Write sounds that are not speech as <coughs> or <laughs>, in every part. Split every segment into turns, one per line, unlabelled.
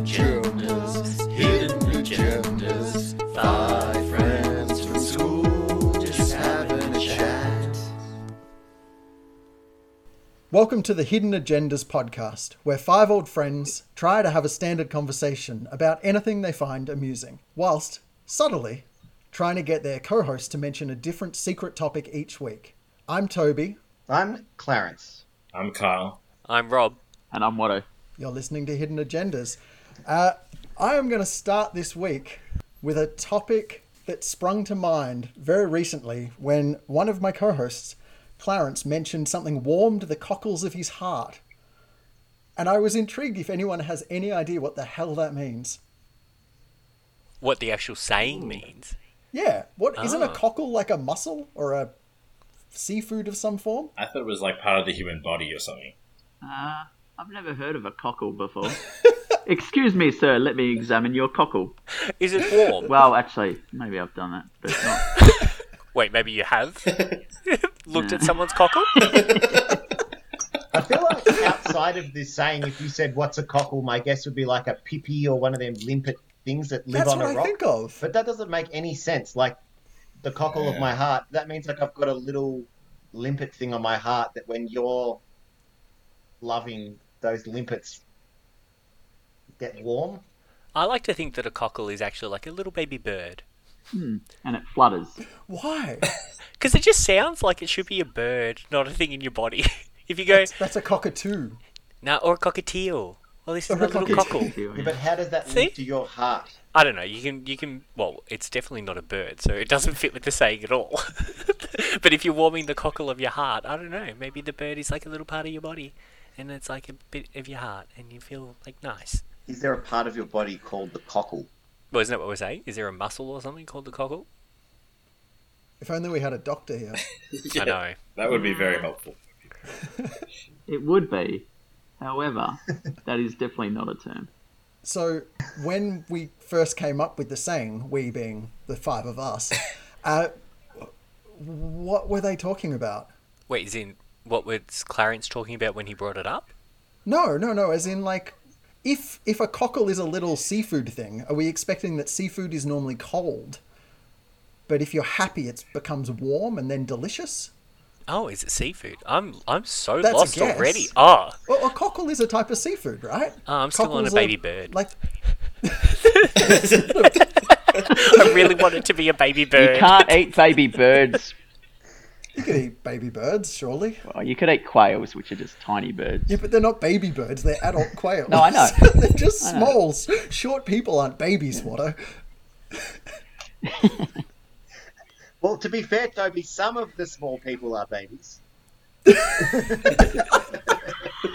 agendas, hidden agendas. Five friends from school just having a chat.
Welcome to the Hidden Agendas podcast, where five old friends try to have a standard conversation about anything they find amusing, whilst subtly trying to get their co host to mention a different secret topic each week. I'm Toby.
I'm Clarence.
I'm Kyle.
I'm Rob.
And I'm Watto.
You're listening to Hidden Agendas. Uh, I am going to start this week with a topic that sprung to mind very recently when one of my co hosts, Clarence, mentioned something warmed the cockles of his heart. And I was intrigued if anyone has any idea what the hell that means.
What the actual saying means.
Yeah, what not a
Ah.
cockle like a mussel or a seafood of some form?
I thought it was like part of the human body or something.
Uh, I've never heard of a cockle
<laughs>
before. Excuse me, sir, let me examine your cockle.
Is
<laughs>
it warm?
Well, actually, maybe I've done that, but not.
Wait, maybe
<laughs>
you have looked at someone's cockle.
I feel like outside of this saying, if you said what's a cockle, my guess would be like a pippy or one of them limpet things that live
That's
on
what
a
I
rock.
think of.
But that doesn't make any sense. Like the cockle of my heart, that means like I've got a little limpet thing on my heart that when you're loving those limpets get warm.
I like to think that a cockle is actually like a little baby bird
And it
<laughs>
flutters.
<laughs>
Why?
because it just sounds like it should be a bird, not a thing in your body. <laughs> if you go
That's a cockatoo.
now or a cockatiel, well, this is
Or
a
a
little
cockatiel.
cockle.
Too,
Yeah, but how does that
See?
link to your heart?
I don't know. You can you can well, it's definitely not a bird, so it doesn't <laughs> fit with the saying at all. <laughs> but if you're warming the cockle of your heart, I don't know. Maybe the bird is like a little part of your body, and it's like a bit of your heart, and you feel like nice.
Is there a part of your body called the cockle?
Well, isn't that what we're saying? Is there a muscle or something called the cockle?
If only we had a doctor here.
I know.
That
Mm.
would be very helpful.
It would be. However, that is definitely not a term.
So when we first came up with the saying, we being the five of
<coughs>
us, uh, what were they talking about?
Wait, is in what was Clarence talking about when he brought it up?
No, no, no. As in, like, if if a cockle is a little seafood thing, are we expecting that seafood is normally cold? But if you're happy, it becomes warm and then delicious.
Oh, is it seafood? I'm I'm so
That's a
lost
guess.
already. Ah,
Well, a cockle is a type of seafood, right?
Oh, I'm still on a
Cockles
baby
are,
bird.
Like,
I really want it to be a baby bird.
You can't eat baby birds.
you could eat baby birds, surely.
Well, you could eat quails, which are just tiny birds.
Yeah, but they're not baby birds; they're
<laughs>
adult quails.
No, I know.
<laughs> they're just smalls. Short people aren't babies, Watto.
Well, to be fair, Toby, some of the small people are babies.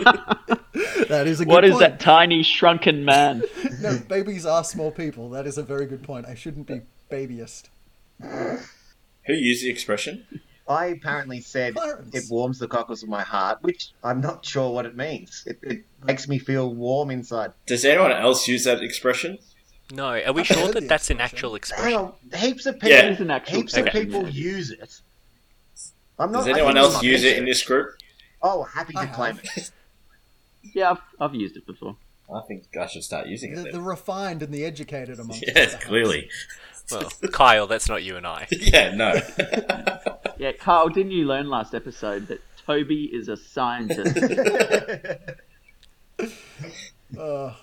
That is a good
What is
point.
that tiny shrunken man?
No, babies are small people. That is a very good point. I shouldn't be babyist.
Who used the expression?
I apparently said
Clarence.
it warms the cockles of my heart, which I'm not sure what it means. It, it makes me feel warm inside.
Does anyone else use that expression?
No, are we
I've
sure
heard the
that that's an
expression.
actual
Hang
expression?
on, heaps of people,
Yeah. It
is an actual
heaps of
expression,
people
yeah.
use it. I'm not.
Does
I
anyone
think
else
I'm
use it in
against
this group?
Oh, happy to
I
claim
have.
it.
Yeah, I've, I've used it before.
I think I should start using
The,
it.
the
Then.
refined and the educated amongst us,
<laughs> Yes,
perhaps.
clearly. <laughs>
Well, Kyle, that's not you
<laughs>
and I.
Yeah, no.
Yeah, Carl, didn't you learn last episode that Toby is a
<laughs>
scientist?
Uh,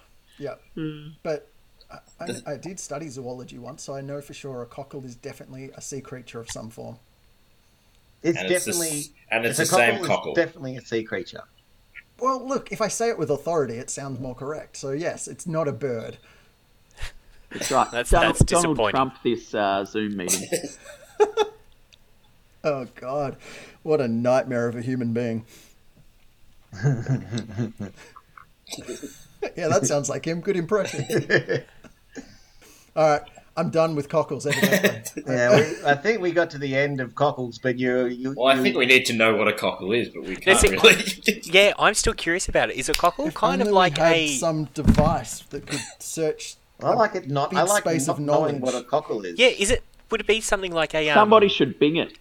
yeah.
Hmm.
But I, I, I did study zoology once, so I know for sure a cockle is definitely a sea creature of some form.
It's
and it's, the
definitely.
s and it's,
a
the same
it's
cockle.
Definitely a sea creature.
Well, look, if I say it with authority, it sounds more correct. So, yes, it's not a bird.
That's right.
That's-
Donald,
that's
Donald
disappointing.
Trump this uh, Zoom meeting.
<laughs> Oh, God. What a nightmare of a human
<laughs>
being. yeah, that sounds like him. Good impression. All right. I'm done with cockles, evidently.
Yeah, we, I think we got to the end of cockles, but you, you,
well, I
you-
think we need to know what a cockle is, but we
That's
can't
it. <laughs>
really.
Yeah, I'm still curious about it. Is a cockle
If
<laughs> kind of
only we
like
had
a?
some device that could search.
I like it not.
Big
I like
space
not
of
knowing
knowledge.
what a cockle is.
Yeah, is it? Would it be something like a?
<laughs>
Um,
Somebody should bing it.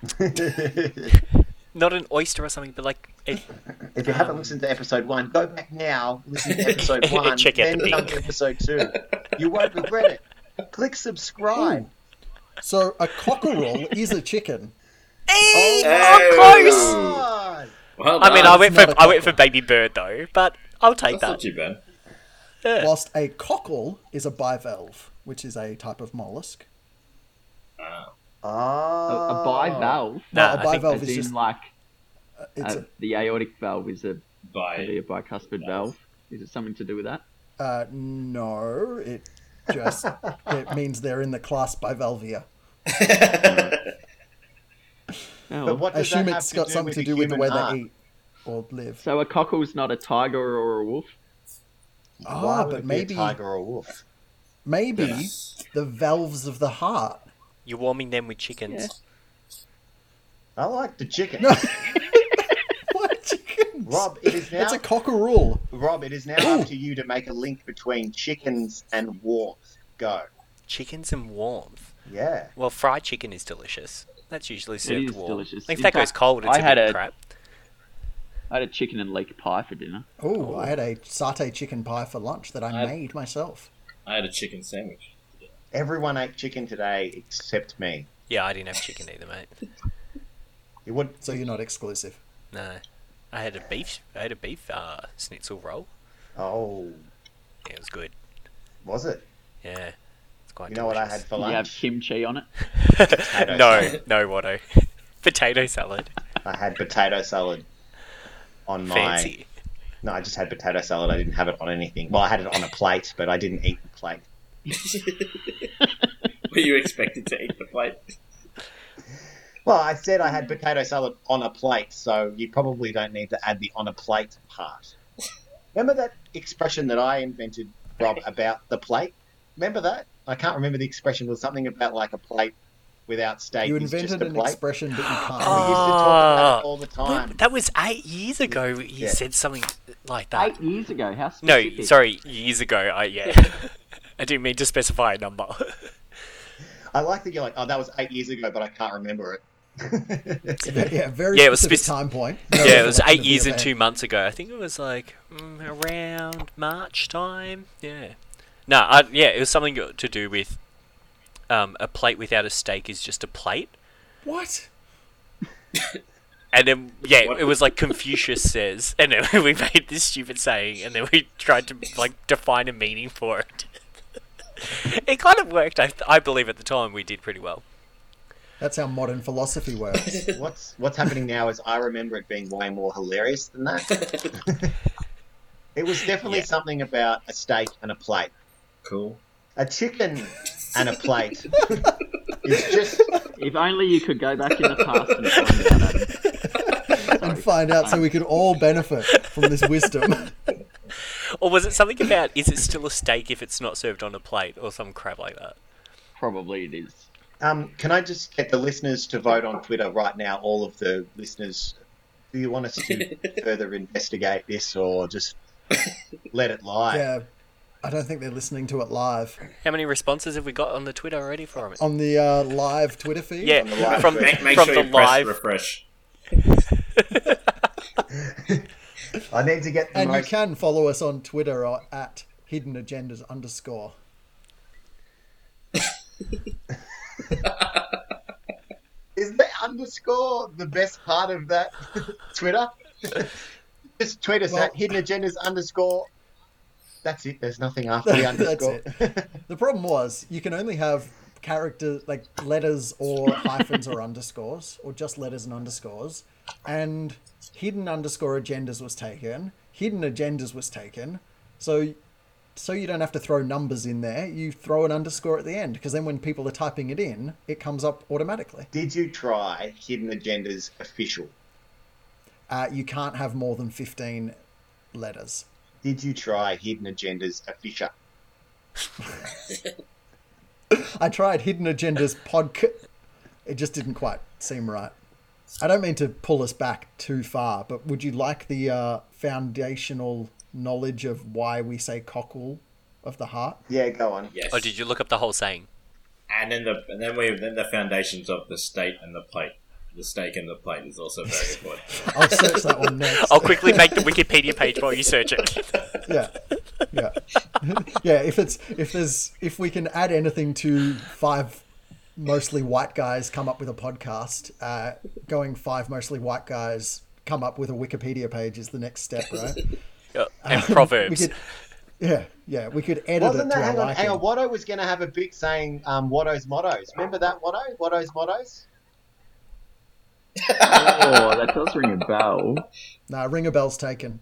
not an oyster or something, but like it,
If you haven't listened to episode one, go back now, listen <laughs> to episode one,
Check out
then
the
come
link.
to episode two. You won't regret it. Click subscribe.
So a cockerel is a chicken.
Hey!
close.
God.
Well
I mean, I
done.
went
not
for
a
I went for baby bird though, but I'll take
That's
that.
not too bad.
Whilst a cockle is a bivalve, which is a type of mollusk.
A, a
Oh.
bivalve,
Nah,
a
I think-
bivalve
as
Uh, is
in
just
like
it's
uh, the aortic valve is a,
By
a bicuspid valve. Is it something to do with that?
a, uh, no. It just it means they're in the class bivalvia.
Oh,
But what
I
does
assume
that have
it's got
do
something to
with
do
a
with the
human
way
heart?
they eat or live.
So a cockle's not a tiger or a wolf.
Why
Ah,
would
but
Oh, it be a
maybe
tiger or a wolf.
maybe
Yes.
the valves of the heart. <laughs>
You're warming them with chickens.
I like the chicken.
No. what chickens?
Rob,
<laughs>
it is now
It's a cockerel.
Rob, it is now up to you to make a link between chickens and warmth. Go.
Chickens and warmth.
Yeah.
Well, fried chicken is delicious. That's usually served
is
warm.
delicious.
If
In
that goes
fact,
cold, it's
I
a
had
bit
a-
crap.
I had a chicken and leek pie for dinner.
Oh, I had a satay chicken pie for lunch that I
I-
made myself.
I had a chicken sandwich. <laughs>
Everyone ate chicken today except me.
Yeah, I didn't have chicken either, mate.
<laughs>
It would
So you're not exclusive.
No, I had a beef. I had a beef uh, schnitzel roll.
Oh,
Yeah, it was good.
was it?
Yeah, it's quite.
You know what I had
delicious.
for
Did you have
lunch?
kimchi on it?
<laughs>
Potato
no,
salad.
no, Watto. <laughs> Potato salad.
I had potato salad on my
Fancy.
No, I just had potato salad. I didn't have it on anything. Well, I had it on a plate, but I didn't eat the plate.
Were you expected to eat the plate?
Well, I said I had potato salad on a plate, so you probably don't need to add the on a plate part. Remember that expression that I invented, Rob, about the plate? Remember that? I can't remember the expression. It was something about like a plate without steak.
You
is just
invented
a
an
plate.
expression that you
<gasps>
can't.
We used to
Oh.
talk about it all the
Wait,
time.
that was eight years ago. You
Yeah.
said something like that.
Eight years ago. How
No,
specific?
sorry, years ago. I yeah.
<laughs>
<laughs> I didn't mean to specify a number. <laughs>
I like that you're like, oh, that was eight years ago, but I can't remember it. <laughs>
Ve- yeah, very
Yeah, it was
specific
spec-
time point.
<laughs> yeah, it was eight years and two months ago. I think it was like mm, around March time. Yeah. No, I, yeah, it was something to do with um, a plate without a steak is just a plate.
What?
And then, yeah,
What?
it was like Confucius says, and then <laughs> we made this stupid saying, and then we tried to like define a meaning for it. <laughs> it kind of worked. I, I believe at the time we did pretty well.
That's how modern philosophy
<laughs>
works. <laughs>
What's what's happening now is I remember it being way more hilarious than that. <laughs> it was definitely
Yeah.
something about a steak and a plate.
Cool.
A chicken and a plate. it's just
If only you could go back in the past and find out. Adam.
and find out so we could all benefit from this
<laughs>
wisdom.
Or was it something about is it still a steak if it's not served on a plate or some crap like that?
Probably it is.
um, can I just get the listeners to vote on Twitter right now, all of the listeners do you want us <laughs> to further investigate this or just let it lie?
yeah. I don't think they're listening to it live
How many responses have we got on the Twitter already from it?
on the uh, live Twitter feed.
yeah,
the live
from,
Make, make
from
sure
the
you press
live.
refresh.
I need to get the
and you
most
can follow us on Twitter or at hidden agendas underscore.
Is the underscore the best part of that
<laughs>
Twitter? Just tweet us
Well-
at hidden agendas underscore. That's it. There's
<laughs>
nothing after the
That's
underscore.
it. The problem was you can only have characters like letters
<laughs>
or hyphens or underscores, or just letters and underscores. And hidden underscore agendas was taken. Hidden agendas was taken. So so you don't have to throw numbers in there, you throw an underscore at the end, because then when people are typing it in, it comes up automatically.
Did you try hidden agendas official?
Uh, you can't have more than fifteen letters.
Did you try hidden agendas official?
I tried Hidden Agenda's podcast. It just didn't quite seem right. I don't mean to pull us back too far, but would you like the uh, foundational knowledge of why we say cockle of the heart?
Yeah, go on.
Yes.
Oh, did you look up the whole saying?
And then the and then we then the foundations of the state and the plate. The steak and the plate is also very important.
I'll search that one next.
I'll quickly make the Wikipedia page while you search it.
<laughs>
yeah, yeah, <laughs> yeah. If it's if there's if we can add anything to five mostly white guys come up with a podcast, uh, going five mostly white guys come up with a Wikipedia page is the next step,
<laughs>
right?
Yeah, And
We
proverbs.
could, yeah, yeah. We could edit
Wasn't
it to
that?
our
Hang on,
liking.
hang on. Watto was going to have a big saying. Um, Watto's mottos. Remember that Watto? Watto's mottos.
Oh, that does ring a bell.
Nah, ring a bell's taken.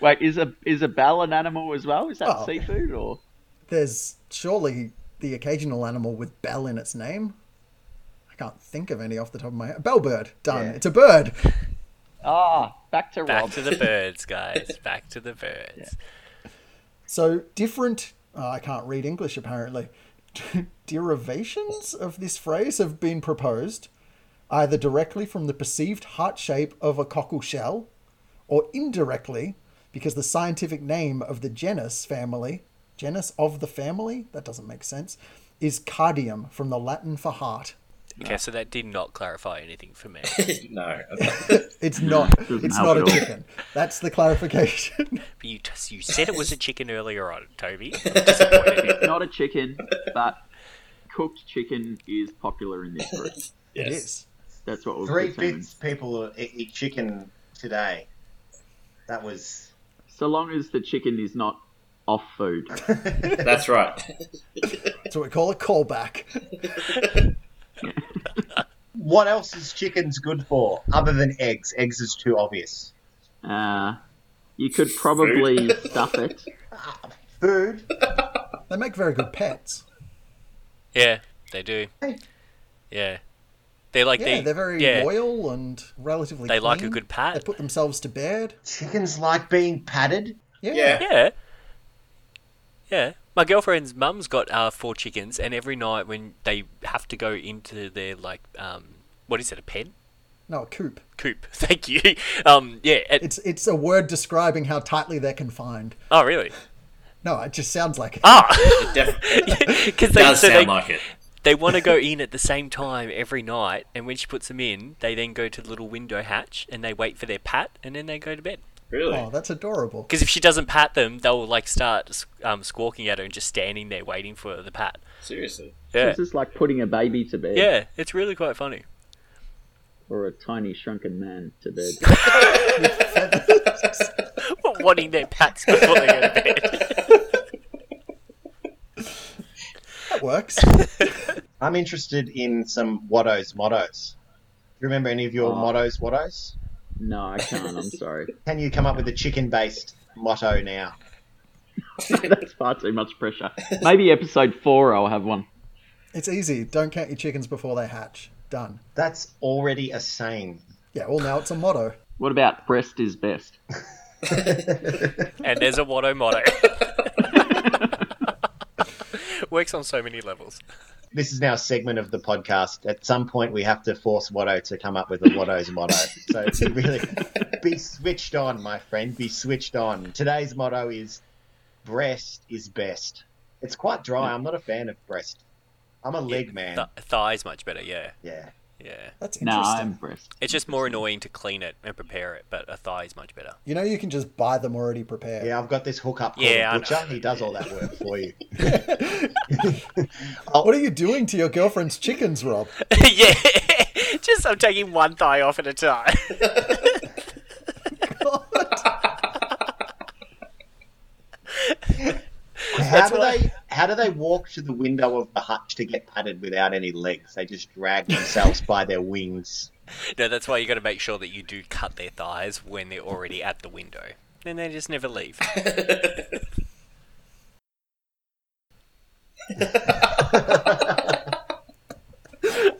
Wait, is a is a bell an animal as well? Is that
Oh.
seafood or?
There's surely the occasional animal with bell in its name. I can't think of any off the top of my head. Bellbird. Done.
Yeah.
It's a bird.
Ah, back to
Back
Rob.
to the birds, guys. Back to the birds.
So different. oh, I can't read English apparently. <laughs> Derivations of this phrase have been proposed, either directly from the perceived heart shape of a cockle shell, or indirectly because the scientific name of the genus family, genus of the family, that doesn't make sense, is cardium from the Latin for heart. <laughs>
Okay, so that did not clarify anything for me.
<laughs> no.
It's not.
doesn't
it's not
help
a
at all.
chicken. That's the clarification. <laughs>
But you just you said it was a chicken earlier on, Toby. I'm disappointed. in you.
Not a chicken, but cooked chicken is popular in this group.
It
Yes.
is.
That's what we've
Three
determined.
fifths people e- eat chicken today. That was.
So long as the chicken is not off food.
That's right.
So we call a callback.
What else is chickens good for other than eggs? Eggs is too obvious.
Uh, you could probably <laughs> stuff it.
Food.
They make very good pets.
Yeah, they do.
Hey.
Yeah, they like
Yeah,
they.
they, are very
yeah,
loyal and relatively.
They like a
clean.
good pat.
They put themselves to bed.
Chickens like being patted.
Yeah,
<laughs> Yeah.
Yeah. Yeah. My girlfriend's mum's got uh, four chickens, and every night when they have to go into their like um, what is it, a pen?
no, a coop.
Coop. <laughs> Thank you. Um, yeah. At,
It's it's a word describing how tightly they're confined.
oh, really?
No, it just sounds like.
Ah, <laughs>
Definitely.
because they
Does
so
sound
they,
like it.
they want to <laughs> go in at the same time every night, and when she puts them in, they then go to the little window hatch and they wait for their pat, and then they go to bed.
Really?
Oh, that's adorable.
Because if she doesn't pat them, they'll like start um, squawking at her and just standing there waiting for the pat.
Seriously.
Yeah,
It's just like putting a baby to bed
yeah, it's really quite <laughs> funny.
or a tiny shrunken man to bed.
<laughs> But wanting their pats before they go to bed.
That works.
I'm interested in some Watto's mottos. Do you remember any of your
Oh.
mottos, Watto's?
No, I can't. I'm sorry. <laughs>
Can you come up with a chicken based motto now?
That's far too much pressure. Maybe episode four, I'll have one.
it's easy. Don't count your chickens before they hatch. Done.
That's already a saying.
Yeah. Well, now it's a motto.
What about breast is best?
<laughs> And there's a Watto <laughs> motto. Works on so many levels.
This is now a segment of the podcast. At some point, we have to force Watto to come up with a Watto's motto. So really, be switched on, my friend. Be switched on. Today's motto is breast is best. It's quite dry. I'm not a fan of breast. I'm a leg man.
Th- thighs much better. Yeah,
Yeah.
yeah.
That's
No,
interesting.
I'm breast.
It's just more annoying to clean it and prepare it, but a thigh is much better.
You know, you can just buy them already prepared.
Yeah, I've got this hookup called
Yeah, I
a Butcher.
know.
He does all that work for
<laughs>
you.
What are you doing to your girlfriend's chickens, Rob?
<laughs> yeah, <laughs> just I'm taking one thigh off at a time.
How do
why-
they how do they walk to the window of the hutch to get patted without any legs? They just drag themselves by their wings.
<laughs> no, that's why you got to make sure that you do cut their thighs when they're already at the window. Then they just never leave.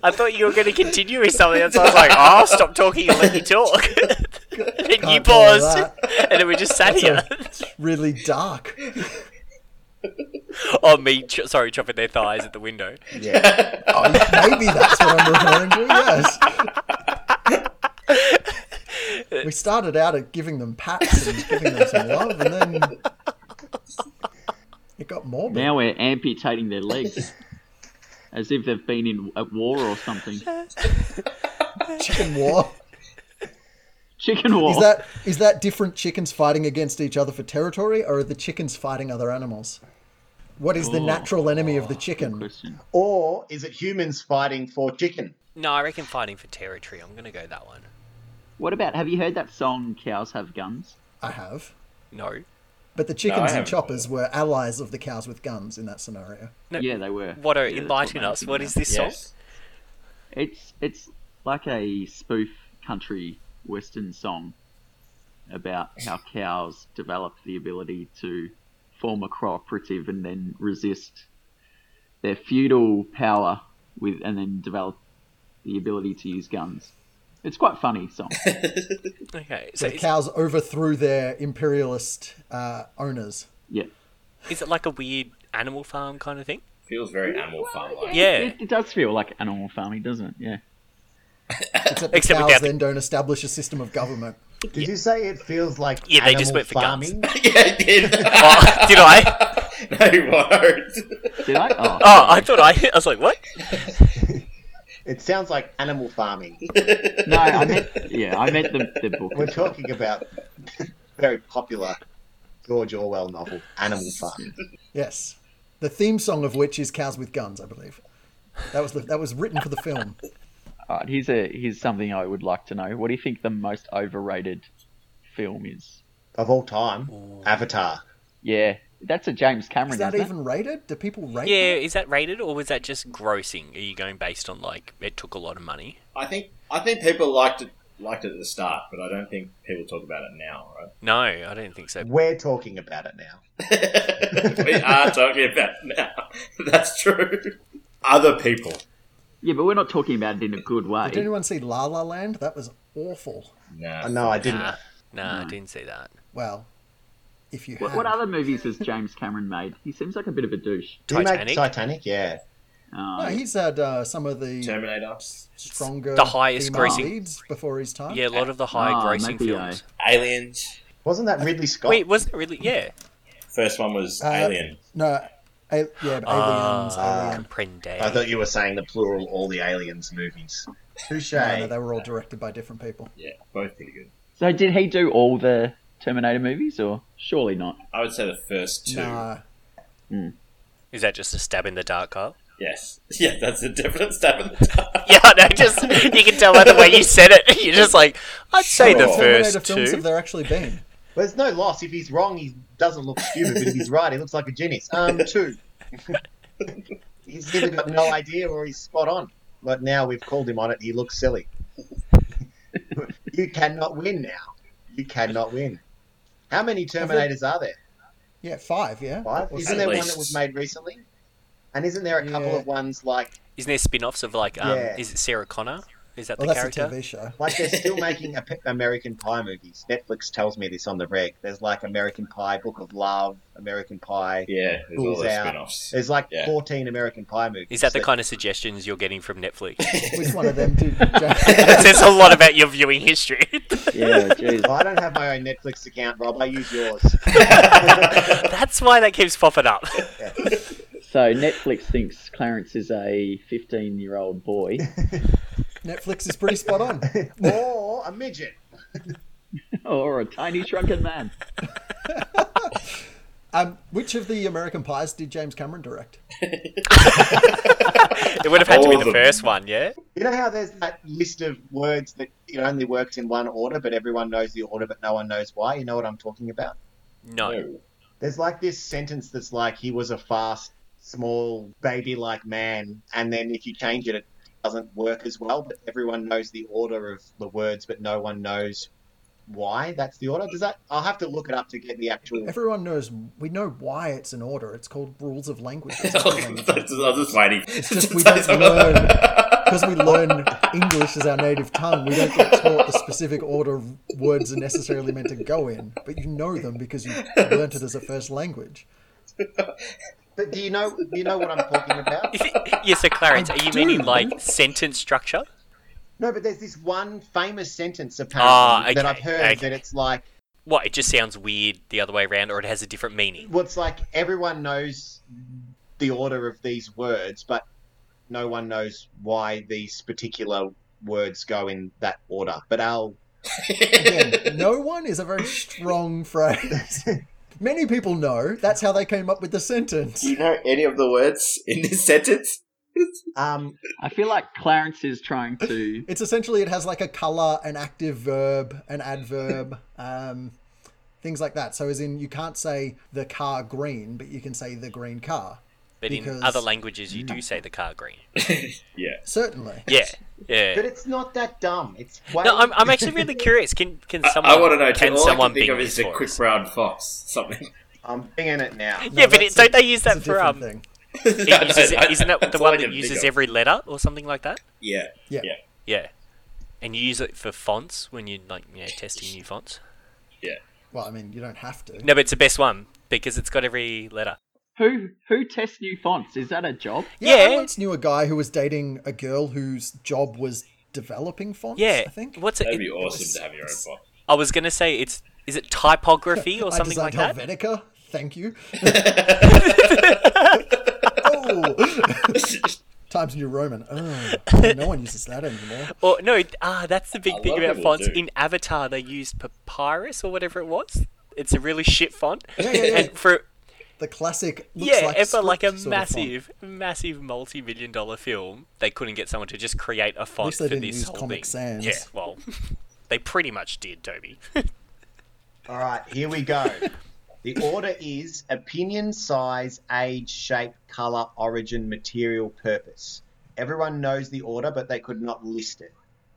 I thought you were going to continue with something, so I was like, oh, I'll stop talking and let you talk. and then you
Can't follow
paused, and then we just sat here.
<laughs> It's really dark.
oh, me, ch- sorry, chopping their thighs at the window. <laughs>
Yeah.
Oh, maybe that's what I'm referring to. Yes. We started out at giving them pats and giving them some love, and then it It got morbid.
Now we're amputating
<laughs>
their legs. As if they've been in at war
<laughs>
or something.
Chicken war.
Chicken war.
Is that is that different chickens fighting against each other for territory, or are the chickens fighting other animals? What is the natural enemy of the chicken?
question?
Or is it humans fighting for chicken?
No, I reckon fighting for territory. I'm gonna go that one.
What about? Have you heard that song? Cows have guns.
I have.
No.
But the chickens and
haven't.
choppers were allies of the cows with guns in that scenario.
No.
Yeah, they were.
What are
Yeah, that's
enlighten
they were
us? What
thinking
is this
Yes.
about. It's it's like a spoof country western song about how cows develop the ability to form a cooperative and then resist their feudal power with and then develop the ability to use guns. It's quite
<laughs>
funny song.
song? Okay. So
So the
is,
cows overthrew their imperialist uh, owners.
Yeah.
is it like a weird animal farm kind of thing?
Feels very animal farm like.
Yeah.
It, it does feel like animal farming, doesn't it? Yeah.
Except the
Except
cows
without the-
then don't establish a system of government.
Did you say it feels like
Yeah, they just
animal
went for guns.
farming?
<laughs> Yeah, it did.
Oh, did I?
no, you won't.
<laughs>
Did I? Oh,
Oh, I thought I. I was like, what?
It sounds like animal farming.
no, I meant yeah, I meant the, the book.
We're talking about <laughs> very popular George Orwell novel, Animal Farming.
Yes, the theme song of which is "Cows with Guns," I believe. That was the, that was written for the film.
All right, here's a here's something I would like to know. What do you think the most overrated film is?
Of all time, Avatar.
Yeah, that's a James Cameron.
Is that
isn't
even rated? Do people rate?
Yeah,
that?
is that rated or was that just grossing? Are you going based on like it took a lot of money?
I think I think people liked it liked it at the start, but I don't think people talk about it now, right?
No, I don't think so.
We're talking about it now.
<laughs> we are talking about it now. <laughs> That's true. Other people.
it? Yeah, but we're not talking about it in a good way.
Did anyone see La La Land? That was awful.
No.
Oh, no, I didn't.
Nah, nah, I didn't see that.
Well, if you
What,
had.
what other movies has James Cameron made? He seems like a bit of a douche.
Did you make
Titanic?
Titanic? Yeah.
No,
Uh,
he's had uh, some of the
Terminator.
s- stronger,
The highest
female
grossing-
leads before his time.
Yeah, a lot of the high
Ah,
grossing
maybe
films.
Aliens.
Wasn't that Ridley Scott?
Wait, wasn't it really? Yeah.
First one was
Uh,
Alien.
No, a- yeah, but aliens. Alien.
Ah, Comprende.
I thought you were saying the plural, all the Aliens movies. Touche.
No, no, they were all directed by different people.
Yeah, both pretty good.
so did he do all the Terminator movies, or surely not?
I would say the first two.
Nah,
Is that just a stab in the dark, Kyle?
Yes. <laughs> Yeah, that's a definite stab in the dark.
<laughs> Yeah, no, just you can tell by the way you said it. <laughs> You're just like, I'd say the
Sure.
Terminator
first
films have
two.
there actually been?
Well, There's no loss. If he's wrong, he doesn't look stupid. But if he's right, he looks like a genius. Um, two. he's either got no idea or he's spot on. But now we've called him on it. He looks silly. you cannot win now. You cannot win. How many Terminators are there?
Yeah, five. Yeah,
Five.
Or
Isn't
six.
there one
least.
that was made recently? And isn't there a couple
Yeah.
of ones like
Isn't there spin offs of like, um,
Yeah.
is it Sarah Connor? Is that
Well,
the
that's
character?
a TV show.
like they're still making a pe- American Pie movies? Netflix tells me this on the reg. There's like American Pie, Book of Love, American Pie.
Yeah, there's all
Fools
those
out.
spin offs.
There's like
Yeah.
14 American Pie movies.
Is that the
that-
kind of suggestions you're getting from Netflix?
<laughs> <laughs> Which one of them did? Jack- <laughs>
that says a lot about your viewing history. <laughs>
<laughs> Yeah, jeez.
Well, I don't have my own Netflix account, Rob. I use yours.
<laughs> That's why that keeps popping up.
so Netflix thinks Clarence is a 15-year-old boy. <laughs>
Netflix is pretty spot on.
or a midget.
Or a tiny shrunken man.
Um, which of the American Pies did James Cameron direct?
It would have had to be
All of
the
them.
first one, yeah?
You know how there's that list of words that it only works in one order, but everyone knows the order, but no one knows why? You know what I'm talking about?
<laughs> No.
There's like this sentence that's like, he was a fast, small, baby like man. And then if you change it, it doesn't work as well, but everyone knows the order of the words, but no one knows why that's the order. Does that? I'll have to look it up to get the actual.
Everyone knows. We know why it's in order. It's called rules of language. It's
I
called
<laughs>
language.
was just <laughs> waiting.
just we don't learn because we learn English as our native tongue. We don't get taught the specific order words are necessarily meant to go in, but you know them because you learnt it as a first language.
But do you know? Do you know what I'm talking about?
<laughs> yeah, so Clarence,
I
are you
do.
meaning like sentence structure?
No, but there's this one famous sentence apparently
Ah,
that
okay,
I've heard
okay.
that it's like
What? It just sounds weird the other way around, or it has a different meaning.
What's like everyone knows the order of these words, but no one knows why these particular words go in that order. But I'll
Again, no one is a very strong phrase. <laughs> Many people know that's how they came up with the sentence.
Do you know any of the words in this sentence?
um
I feel like Clarence is trying to
It's essentially it has like a color, an active verb, an <laughs> adverb, um, things like that. So as in you can't say the car green, but you can say the green car.
But
Because-
in other languages, you do say the car green.
Certainly.
Yeah, yeah.
but it's not that dumb. It's way
No, I'm, I'm actually really curious. Can can
I-
someone?
I want to know.
Can
Can all I
someone
can think
Bing
of is
this
the
for
quick
us?
brown fox. Something. <laughs>
I'm binging it now.
Yeah, but
that's
it,
a-
don't they use
It's a
that for
different
um?
thing.
it
<laughs> No, no,
uses-
that-
isn't that the
that's all I
one that
can think
uses
of.
every letter or something like that?
Yeah.
Yeah.
Yeah.
Yeah. And you use it for fonts when you're like you know, testing new fonts.
Well, I mean, you don't have to.
No, but it's the best one because it's got every letter.
who who tests new fonts? Is that a job?
I
Yeah.
once knew a guy who was dating a girl whose job was developing fonts.
Yeah.
I think.
What's it?
That'd be
it-
awesome to have your own fox.
I was gonna say it's is it typography or
<laughs>
something
I
like
designed
that?
Helvetica. Thank you.
<laughs>
<laughs> oh. <laughs> Times New Roman. Oh, no one uses that anymore.
Or no, ah, that's the big
I
thing
love
about
it,
fonts.
dude.
In Avatar, they used papyrus or whatever it was. It's a really shit font,
Yeah, yeah, yeah.
and for
The classic. Looks
yeah,
like
and for like a
script sort of font.
massive, massive multi-million dollar film, they couldn't get someone to just create a font
least they
for
didn't
this
use
whole
Comic
thing.
Sans.
Yeah, well, <laughs> they pretty much
<laughs>
did, Toby.
All right, here we go. the order is opinion, size, age, shape, color, origin, material, purpose. Everyone knows the order, but they could not list it.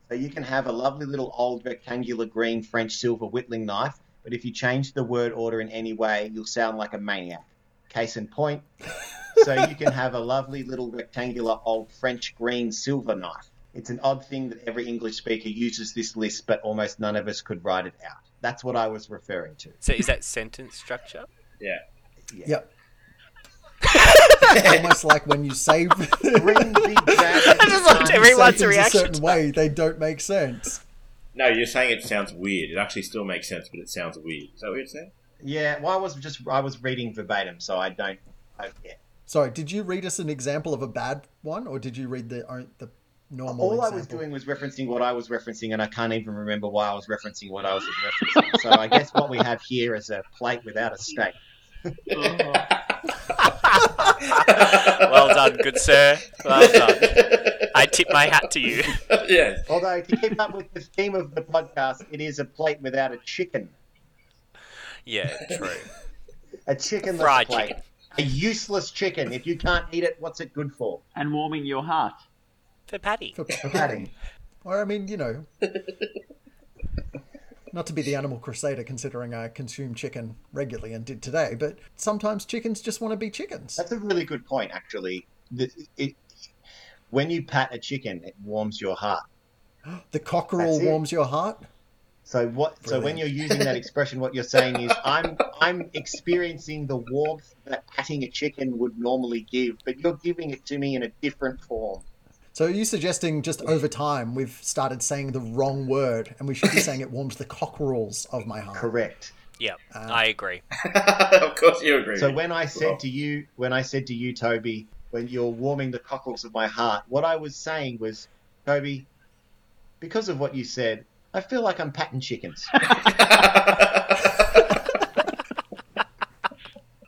So you can have a lovely little old rectangular green French silver whittling knife, but if you change the word order in any way, you'll sound like a maniac. Case in point. so you can have a lovely little rectangular old French green silver knife. It's an odd thing that every English speaker uses this list, but almost none of us could write it out. That's what I was referring to.
so is that sentence structure?
Yeah.
<laughs>
Yep. Almost like when you
<laughs>
save
Green big bag at the
just like
time.
every- Everyone's
save things a
reaction
certain
to
way, they don't make sense.
No, you're saying it sounds weird. It actually still makes sense, but it sounds weird. Is that what
<laughs>
you're saying?
Yeah, well, I was just I was reading verbatim, so I don't. I, yeah.
Sorry, did you read us an example of a bad one, or did you read the uh, the normal?
All I
example?
was doing was referencing what I was referencing, and I can't even remember why I was referencing what I was referencing. so I guess what we have here is a plate without a steak.
Well done, good sir. Well done. I tip my hat to you. <laughs>
yeah.
Although to keep up with the theme of the podcast, it is a plate without a chicken.
Yeah, true.
A chicken
Fried
plate.
chicken.
A useless chicken. If you can't eat it, what's it good for?
And warming your heart.
For Patty.
for
Padding.
Or I mean, you
<laughs>
know, not to be the animal crusader, considering I consume chicken regularly and did today, but sometimes chickens just want to be chickens.
That's a really good point, actually. The, it, when you pat a chicken, it warms your heart.
The cockerel
That's it.
warms your heart.
So what? So when
Brilliant.
you're using that expression, what you're saying is, I'm I'm experiencing the warmth that patting a chicken would normally give, but you're giving it to me in a different form.
So are you suggesting just over time we've started saying the wrong word and we should be saying it warms the cockerels of my heart? Uh,
Correct.
Yeah, I agree.
<laughs> of course you agree.
So when I said to you, when I said to you, Toby, when you're warming the cockles of my heart, what I was saying was, Toby, because of what you said, I feel like I'm patting chickens.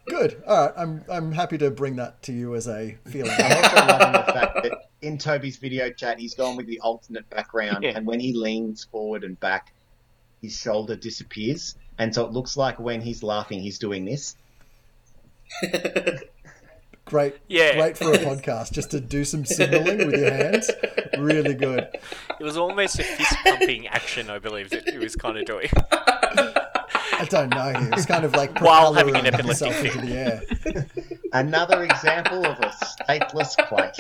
Good. All right. I'm, I'm happy to bring that to you as a feeling.
I'm also loving the fact that in Toby's video chat, he's gone with the alternate background,
Yeah.
and when he leans forward and back, his shoulder disappears, and so it looks like when he's laughing, he's doing this.
Great.
Yeah.
Great for a podcast just to do some signaling with your hands. Really good.
It was almost a fist pumping action, I believe, that he was kind
<laughs>
of doing.
I don't know. It was kind of like
While having an
propelling
epileptic
himself into the air.
Another example of a stateless <laughs> plate.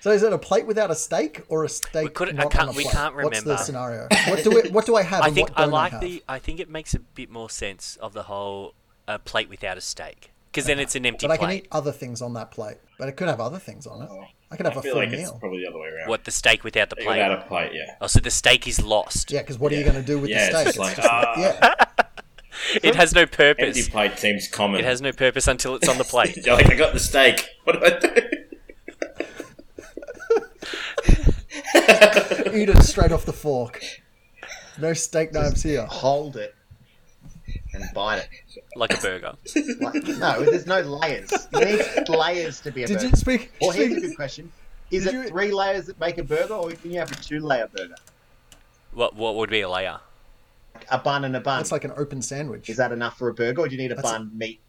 So is it a plate without a steak or a steak?
couldn't- I
not
can't-
on a
we
plate?
can't
What's the
remember.
scenario? What do I, what do I have?
I
and
think
what
I
don't
like
have?
the. I think it makes a bit more sense of the whole uh, plate without a steak. because then it's an empty
But I can
plate.
eat other things on that plate. But it could have other things on it. I could have a
Oh, I feel
full
like it's
meal.
probably the other way around.
What the steak without the
Take
plate?
Without a plate, yeah.
Oh, so the steak is lost.
Yeah, because what are you
Yeah.
going to do with
Yeah,
the steak?
it's
<laughs>
just like, ah.
yeah,
It has no purpose.
Empty plate seems common.
It has no purpose until it's on the plate.
<laughs> You're like, I got the steak. <laughs> What do I do?
eat it straight off the fork. No steak knives here.
Hold it and bite it.
like a burger.
Like, no, there's no layers. You need layers to be a
Did
burger.
you speak?
Well, here's a
speak-
good question: Is
Did
it
you-
three layers that make a burger, or can you have a two-layer burger?
What what would be a layer?
A bun and a bun.
That's like an open sandwich.
Is that enough for a burger, or do you need a
That's-
bun meat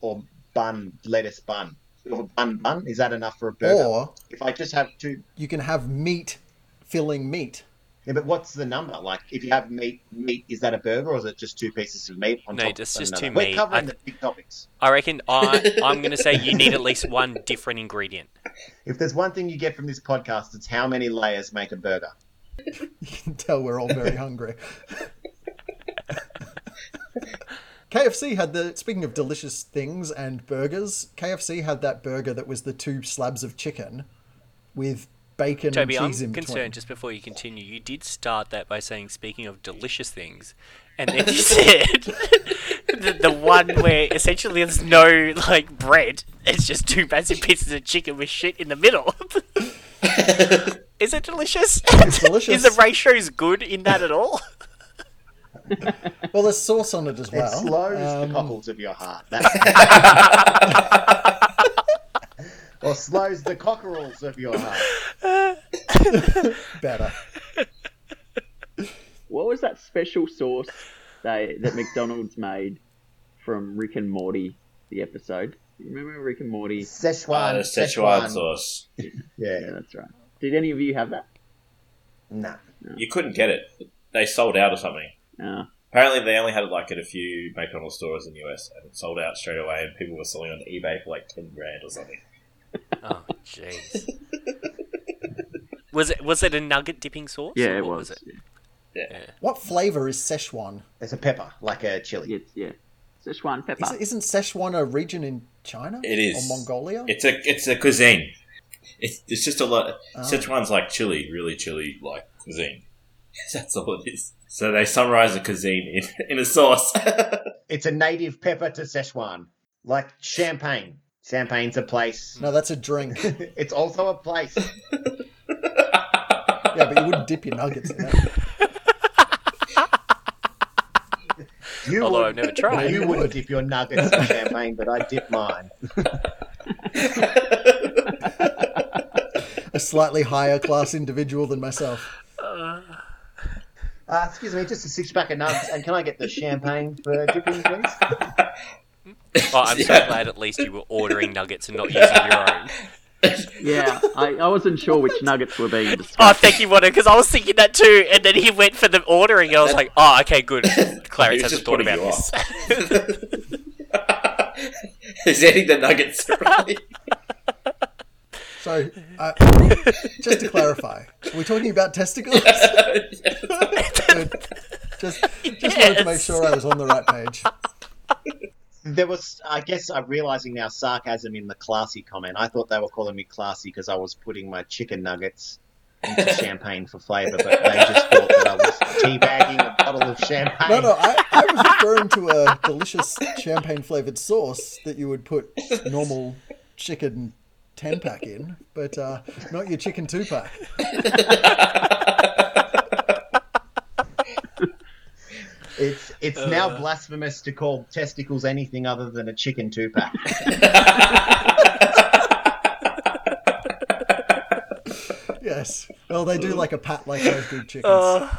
or bun lettuce bun? Or bun bun? Is that enough for a burger?
or
if I just have two,
you can have meat filling meat.
yeah, but what's the number? Like, if you have meat, meat is that a burger, or is it just two pieces of meat on
No,
top?
it's
of
just
another?
two
We're
meat.
covering
I-
the big topics.
I reckon I I'm going to say you need at least one different ingredient.
If there's one thing you get from this podcast, it's how many layers make a burger.
You can <laughs> tell we're all very hungry. <laughs> KFC had the speaking of delicious things and burgers, KFC had that burger that was the two slabs of chicken with bacon <laughs>
Toby,
and
I'm
cheese in
concerned
between.
just before you continue. You did start that by saying speaking of delicious things and then
<laughs>
you said the, the one where essentially there's no like bread. It's just two massive pieces of chicken with shit in
<laughs>
the middle. Is it delicious? It's
delicious.
Is the ratios good in that at all?
Well, there's sauce on it as well.
It slows
Um,
the cockles of your
<laughs>
heart. <laughs> That's... or slows the cockerels of your heart.
better.
What was that special sauce they that McDonald's made from Rick and Morty? The episode. You remember Rick and Morty?
Szechuan,
Uh, the Szechuan sauce.
Yeah,
Yeah,
that's right. Did any of you have that?
nah.
You couldn't get it. They sold out or something.
Uh,
Apparently, they only had it like at a few McDonald's stores in the US, and it sold out straight away. And people were selling it on eBay for like ten grand or something.
<laughs> Oh jeez. was it was it a nugget dipping sauce?
yeah,
or
it
what
was.
it?
Yeah,
What flavor is Szechuan?
It's a pepper, like a chili.
It's yeah. Sichuan pepper.
Ah.
Is, isn't Szechuan a region in China?
It is.
Or Mongolia?
it's a it's a cuisine. It's, it's just a lot.
Oh.
Szechuan's like chili, really chili like cuisine. <laughs> That's all it is. So they summarize the cuisine in, in a sauce. <laughs>
It's a native pepper to Szechuan, like champagne. Champagne's
<laughs>
a place.
No, that's a drink. yeah,
It's also a place.
but you wouldn't dip your nuggets in it.
You
Although
would,
I've never tried.
you wouldn't dip your nuggets in champagne, but I dip mine.
A slightly higher class individual than myself.
Uh, excuse me, just a six pack of nuggets, and can I get the champagne for dipping, please?
Oh, I'm so glad at least you were ordering nuggets and not using your
<laughs>
own.
Yeah, I, I wasn't sure which nuggets were being
Oh,
discussed.
thank you, Wanda, because I was thinking that too. And then he went for the ordering, and I was like, oh, okay,
<laughs>
good. Clarence
He was
hasn't
just
thought
putting
about
you
this.
He's eating the nuggets. <laughs> Right?
So, uh, just to clarify, are we talking about testicles? Good. Just, just wanted to make
Yes.
sure I was on the right page.
There was, I guess, I'm realizing now sarcasm in the classy comment. I thought they were calling me classy because I was putting my chicken nuggets into champagne for flavor, but they just thought that I was teabagging a bottle of champagne.
No, no, I, I was referring to a delicious champagne flavored sauce that you would put normal chicken 10 pack in, but uh, not your chicken 2 pack.
It's it's now blasphemous to call testicles anything other than a chicken two pack.
Yes. Well, they do like a pat like those good chickens.
Uh.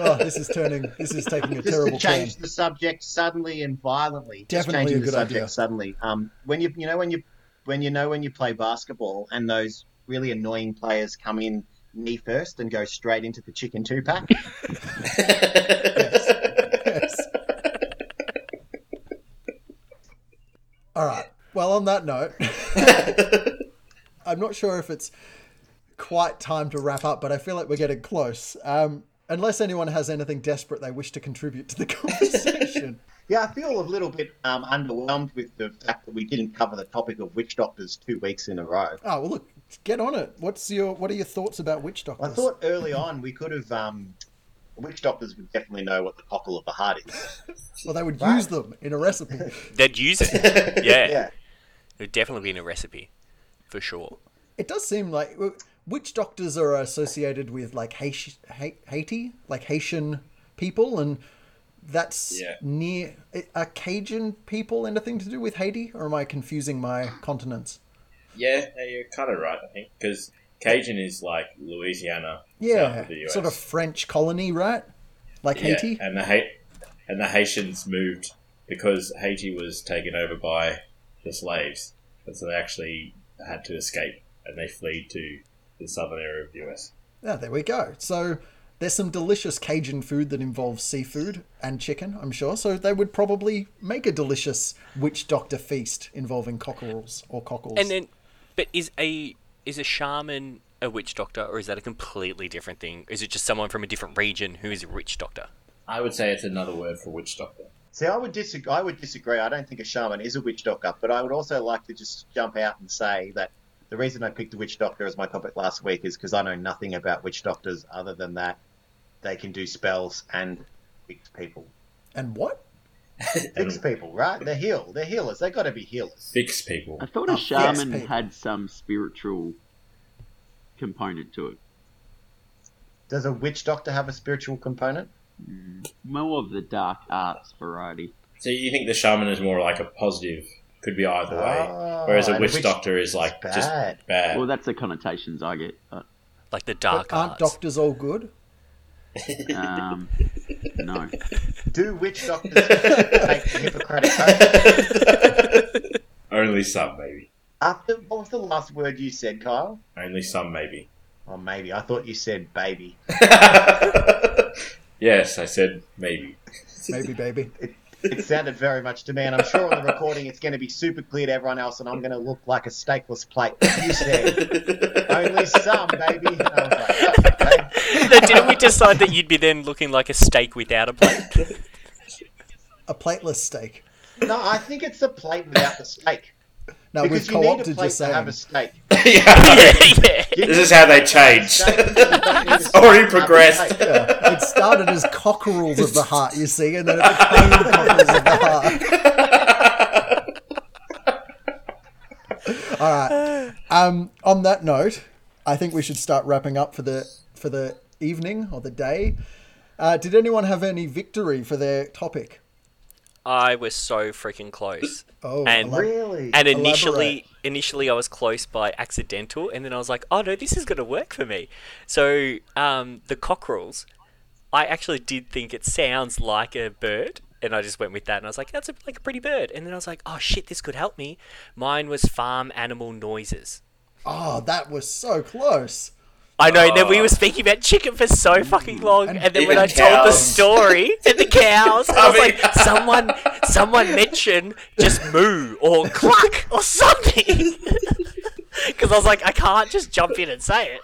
oh, this is turning, this is taking a
Just to
terrible turn.
change the subject suddenly and violently. just
Definitely
changing
a good
the subject
idea.
suddenly. Um, when you you know when you when you know when you play basketball and those really annoying players come in knee first and go straight into the chicken two pack.
<laughs> Yes. <laughs> All right. Well, on that note, <laughs> I'm not sure if it's quite time to wrap up, but I feel like we're getting close. Um, unless anyone has anything desperate they wish to contribute to the <laughs> conversation.
<laughs> Yeah, I feel a little bit um, underwhelmed with the fact that we didn't cover the topic of witch doctors two weeks in a row.
Oh well, look, get on it. What's your what are your thoughts about witch
I
doctors?
thought early on we could have. Um, witch doctors would definitely know what the cockle of the heart is.
well, they would use them in a recipe.
<laughs> They'd use
<laughs>
it. Yeah.
Yeah.
It would definitely be in a recipe, for sure.
it does seem like w- witch doctors are associated with like Haiti, Haiti like Haitian people, and that's
Yeah.
near eh, are Cajun people anything to do with Haiti, or am I confusing my continents?
Yeah, no, you're kind of right, I think, because Cajun is like Louisiana, south
Yeah,
of the US.
sort of French colony, right? Like
Yeah,
Haiti.
and the ha- and the Haitians moved because Haiti was taken over by the slaves, and so they actually had to escape and they flee to the southern area of the US.
Yeah, Ah, there we go. So there's some delicious Cajun food that involves seafood and chicken, I'm sure. So they would probably make a delicious witch doctor feast involving cockerels or cockles.
And then, but is a is a shaman a witch doctor, or is that a completely different thing? Is it just someone from a different region who is a witch doctor?
I would say it's another word for witch doctor.
See, I would disagree. I would disagree. I don't think a shaman is a witch doctor, but I would also like to just jump out and say that the reason I picked the witch doctor as my topic last week is because I know nothing about witch doctors other than that they can do spells and fix people.
and what?
Fix
Mm.
people, right? They're heal. They're healers. They got to be healers.
Fix people.
I thought
Oh,
a
yes,
shaman
people.
had some spiritual component to it.
Does a witch doctor have a spiritual component?
More of the dark arts variety.
So you think the shaman is more like a positive, could be either way,
Ah,
whereas a
and
witch, doctor is like
is
just
bad.
bad.
Well, that's the connotations I get. But,
Like the
But
dark
aren't
arts. <laughs>
doctors all
<laughs>
good?
um, no.
Do
<laughs>
witch doctors take the Hippocratic Oath?
Only some, maybe.
After what was the last word you said, Kyle?
Only some, maybe.
Oh, maybe. I thought you said baby.
yes, I said maybe. <laughs>
Maybe, baby.
It sounded very much to me, and I'm sure on the recording it's going to be super clear to everyone else, and I'm going to look like a steakless plate. You said only some, baby. And I was like, "Oh, okay."
Now, didn't we decide that you'd be then looking like a steak without a plate?
A plateless steak.
No, I think it's a plate without the steak.
No,
because
we've
you need a
co-opted your
plate to
saying.
have a steak.
yeah.
<laughs> yeah.
This is how they change.
Steak, you don't need a steak
<laughs>
to
Already
have a
progressed.
steak.
Yeah, <laughs> it started as cockerels
<laughs>
of the heart, you see, and then it became cockerels of the heart. <laughs> All right. Um, on that note, I think we should start wrapping up for the for the evening or the day. Uh, did anyone have any victory for their topic?
I was so freaking close.
Oh,
And-
elab-
Really?
And initially, initially I was close by accidental, and then I was like, "Oh no, this is gonna work for me." So um, the cockerels, I actually did think it sounds like a bird, and I just went with that, and I was like, "That's a, like a pretty bird." And then I was like, "Oh shit, this could help me." Mine was farm animal noises.
oh, that was so close.
I know. And then we were speaking about chicken for so fucking long, Oh. and, then when
even
I told the
cows.
story <laughs> and the cows, and I was
mean-
<laughs> like, "Someone, someone mentioned just moo or cluck or something," <laughs> because I was like, "I can't just jump in and say it."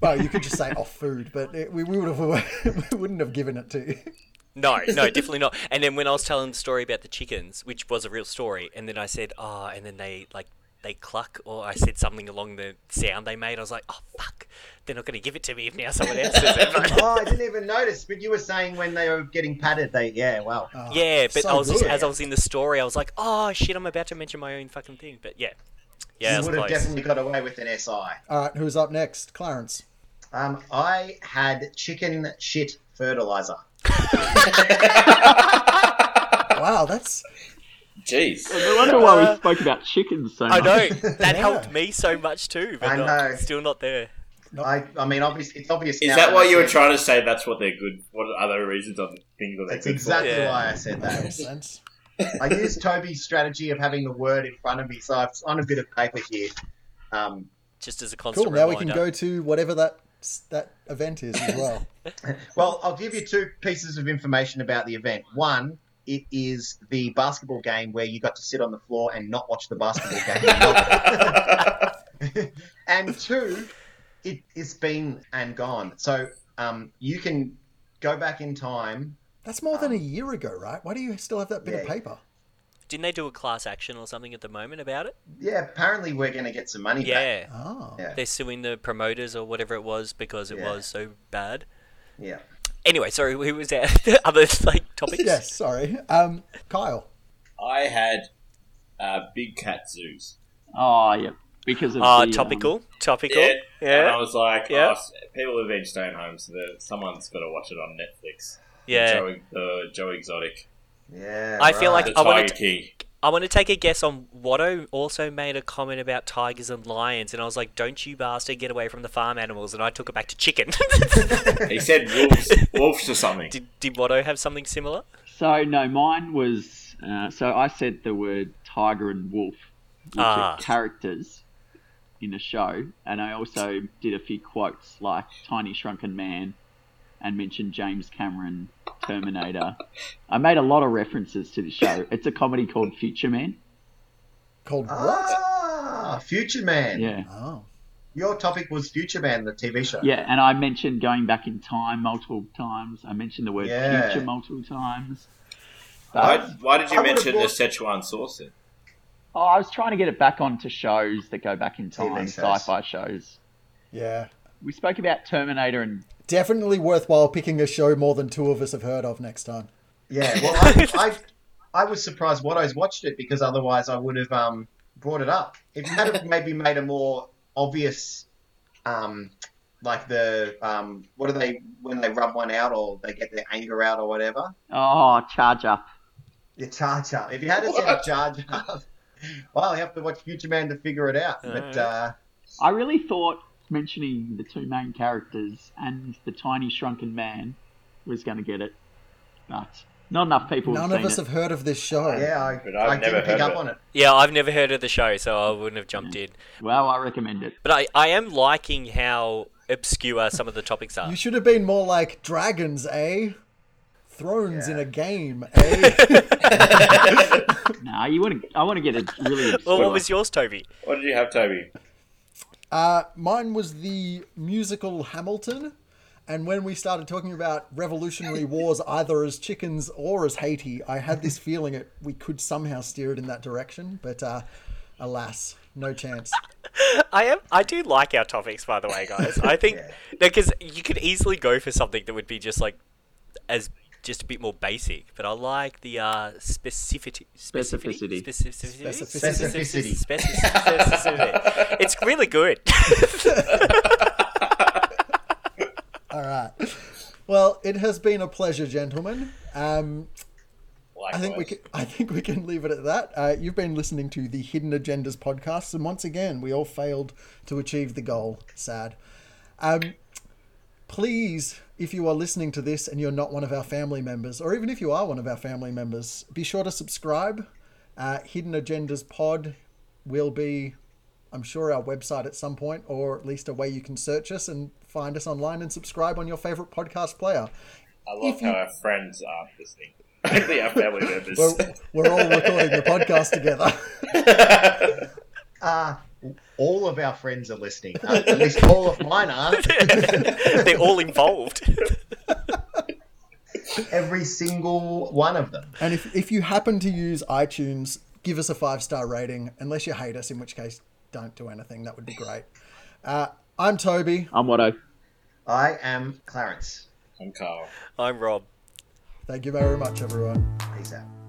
Well, you could just say off food, but it, we, we would have <laughs> we wouldn't have given it to you.
No, no, definitely not. And then when I was telling the story about the chickens, which was a real story, and then I said, "Ah," and then they like they cluck, or I said something along the sound they made. I was like, "Oh fuck, they're not going to give it to me if now someone else does <laughs> it."
Oh, I didn't even notice, but you were saying when they were getting patted, they, yeah, wow.
Oh,
Yeah, but
so
I was just,
good.
as I was in the story, I was like, "Oh shit, I'm about to mention my own fucking thing." But yeah,
you
yeah, it
would
was
have
close.
definitely got away with an SI.
All right, who's up next? Clarence.
Um, I had chicken shit fertilizer.
Wow, that's
Jeez.
No wonder why we spoke about chickens so
Uh,
much.
I
<laughs>
know that
Yeah.
helped me so much too, but
I
not-
know.
still not there.
Oh.
I, I mean, obviously, it's obvious.
Is
now
that why
I
you were
said-
trying to say that's what they're good? What are other reasons of things that they're
That's
good
exactly
Yeah.
why I said that.
makes sense.
I used Toby's strategy of having the word in front of me, so I've on a bit of paper here. Um,
Just as a constant
Cool. Now we
reminder.
can go to whatever that that event is as well.
well, I'll give you two pieces of information about the event. One, it is the basketball game where you got to sit on the floor and not watch the basketball game. <laughs> and two, it, it's been and gone. So um, you can go back in time
That's more than a year ago, right? Why do you still have that bit of
yeah.
paper?
Didn't they do a class action or something at the moment about it?
Yeah, apparently we're going to get some money back.
Yeah.
Oh. <laughs>
Yeah.
They're suing the promoters or whatever it was because it
Yeah.
was so bad.
Yeah.
Anyway, sorry, we was at <laughs> other like topics.
Yes, sorry. Um, Kyle.
I had uh, big cat zoos.
Oh, yeah. Because of
Uh,
the, um,
topical, topical.
Yeah.
Yeah.
And
Yeah.
I was like,
Yeah.
oh, people have been staying home, so there- someone's got to watch it on Netflix. Joe, the Joe Exotic.
Yeah.
I feel
right.
like
The
I wanna
Tiger
t-
King. <laughs>
I want to take a guess on Watto also made a comment about tigers and lions, and I was like, "Don't you bastard get away from the farm animals!" And I took it back to chicken. <laughs>
He said wolves, wolves or something.
did, did Watto have something similar?
So, no, mine was. Uh, so I said the word tiger and wolf, which
Ah.
are characters in a show. And I also did a few quotes like Tiny Shrunken Man and mentioned James Cameron, Terminator. I made a lot of references to the show. It's a comedy called Future Man.
Called what?
Ah, Future Man.
Yeah.
Oh.
Your topic was Future Man, the TV show.
Yeah, and I mentioned going back in time multiple times. I mentioned the word
Yeah.
future multiple times.
Why, why did you
I would've
mention the
thought-
Szechuan saucer?
Oh, I was trying to get it back onto shows that go back in
TV
time,
shows.
sci-fi shows.
Yeah.
We spoke about Terminator and
Definitely worthwhile picking a show more than two of us have heard of next time.
<laughs>
Yeah, well, I, I, I was surprised Watto's watched it because otherwise I would have um, brought it up. If you had have maybe made a more obvious, um, like the um, what do they when they rub one out or they get their anger out or whatever?
oh, Charge Up.
Your Jar Jar. If you had to said Jar Jar, <laughs> well, you have to watch Future Man to figure it out. But uh,
I really thought mentioning the two main characters and the tiny shrunken man was going to get it, but not enough people
None
have
of
seen
us
it.
have heard of this show.
yeah, I,
But I've
I
never
didn't pick
heard
up
of it.
on it.
Yeah, I've never heard of the show, so I wouldn't have jumped in.
Well, I recommend it.
But I, I am liking how obscure some of the topics are.
You should have been more like dragons, eh? Thrones in a game, eh?
No, you want to. I want to get it
<laughs>
really.
well,
obscure.
what was yours, Toby?
What did you have, Toby?
uh, mine was the musical Hamilton. And when we started talking about revolutionary wars, either as chickens or as Haiti, I had this feeling that we could somehow steer it in that direction. But uh, alas, no chance.
I am. I do like our topics, by the way, guys. I think because you could easily go for something that would be just like as just a bit more basic. But I like the uh, specificity, specificity,
Specificity.
specificity,
Specificity.
specificity. specificity. it's really good. <laughs>
All right. Well, it has been a pleasure, gentlemen. Um, I think
uh,
we can, <laughs> I think we can leave it at that. Uh, you've been listening to the Hidden Agendas podcast, and once again, we all failed to achieve the goal. Sad. Um, please, if you are listening to this and you're not one of our family members, or even if you are one of our family members, be sure to subscribe. Uh, Hidden Agendas Pod will be, I'm sure, our website at some point, or at least a way you can search us and find us online and subscribe on your favorite podcast player.
I love how our friends aren't listening. <laughs> Only our family members.
We're, we're all recording the podcast together. <laughs>
Uh, all of our friends are listening. Uh, at least all of mine are.
They're all involved. <laughs>
Every single one of them.
And if, if you happen to use iTunes, give us a five star rating, unless you hate us, in which case, don't do anything. That would be great. Uh, I'm Toby.
I'm Watto.
I am Clarence.
<laughs> I'm Carl.
I'm Rob.
Thank you very much, everyone.
Peace out.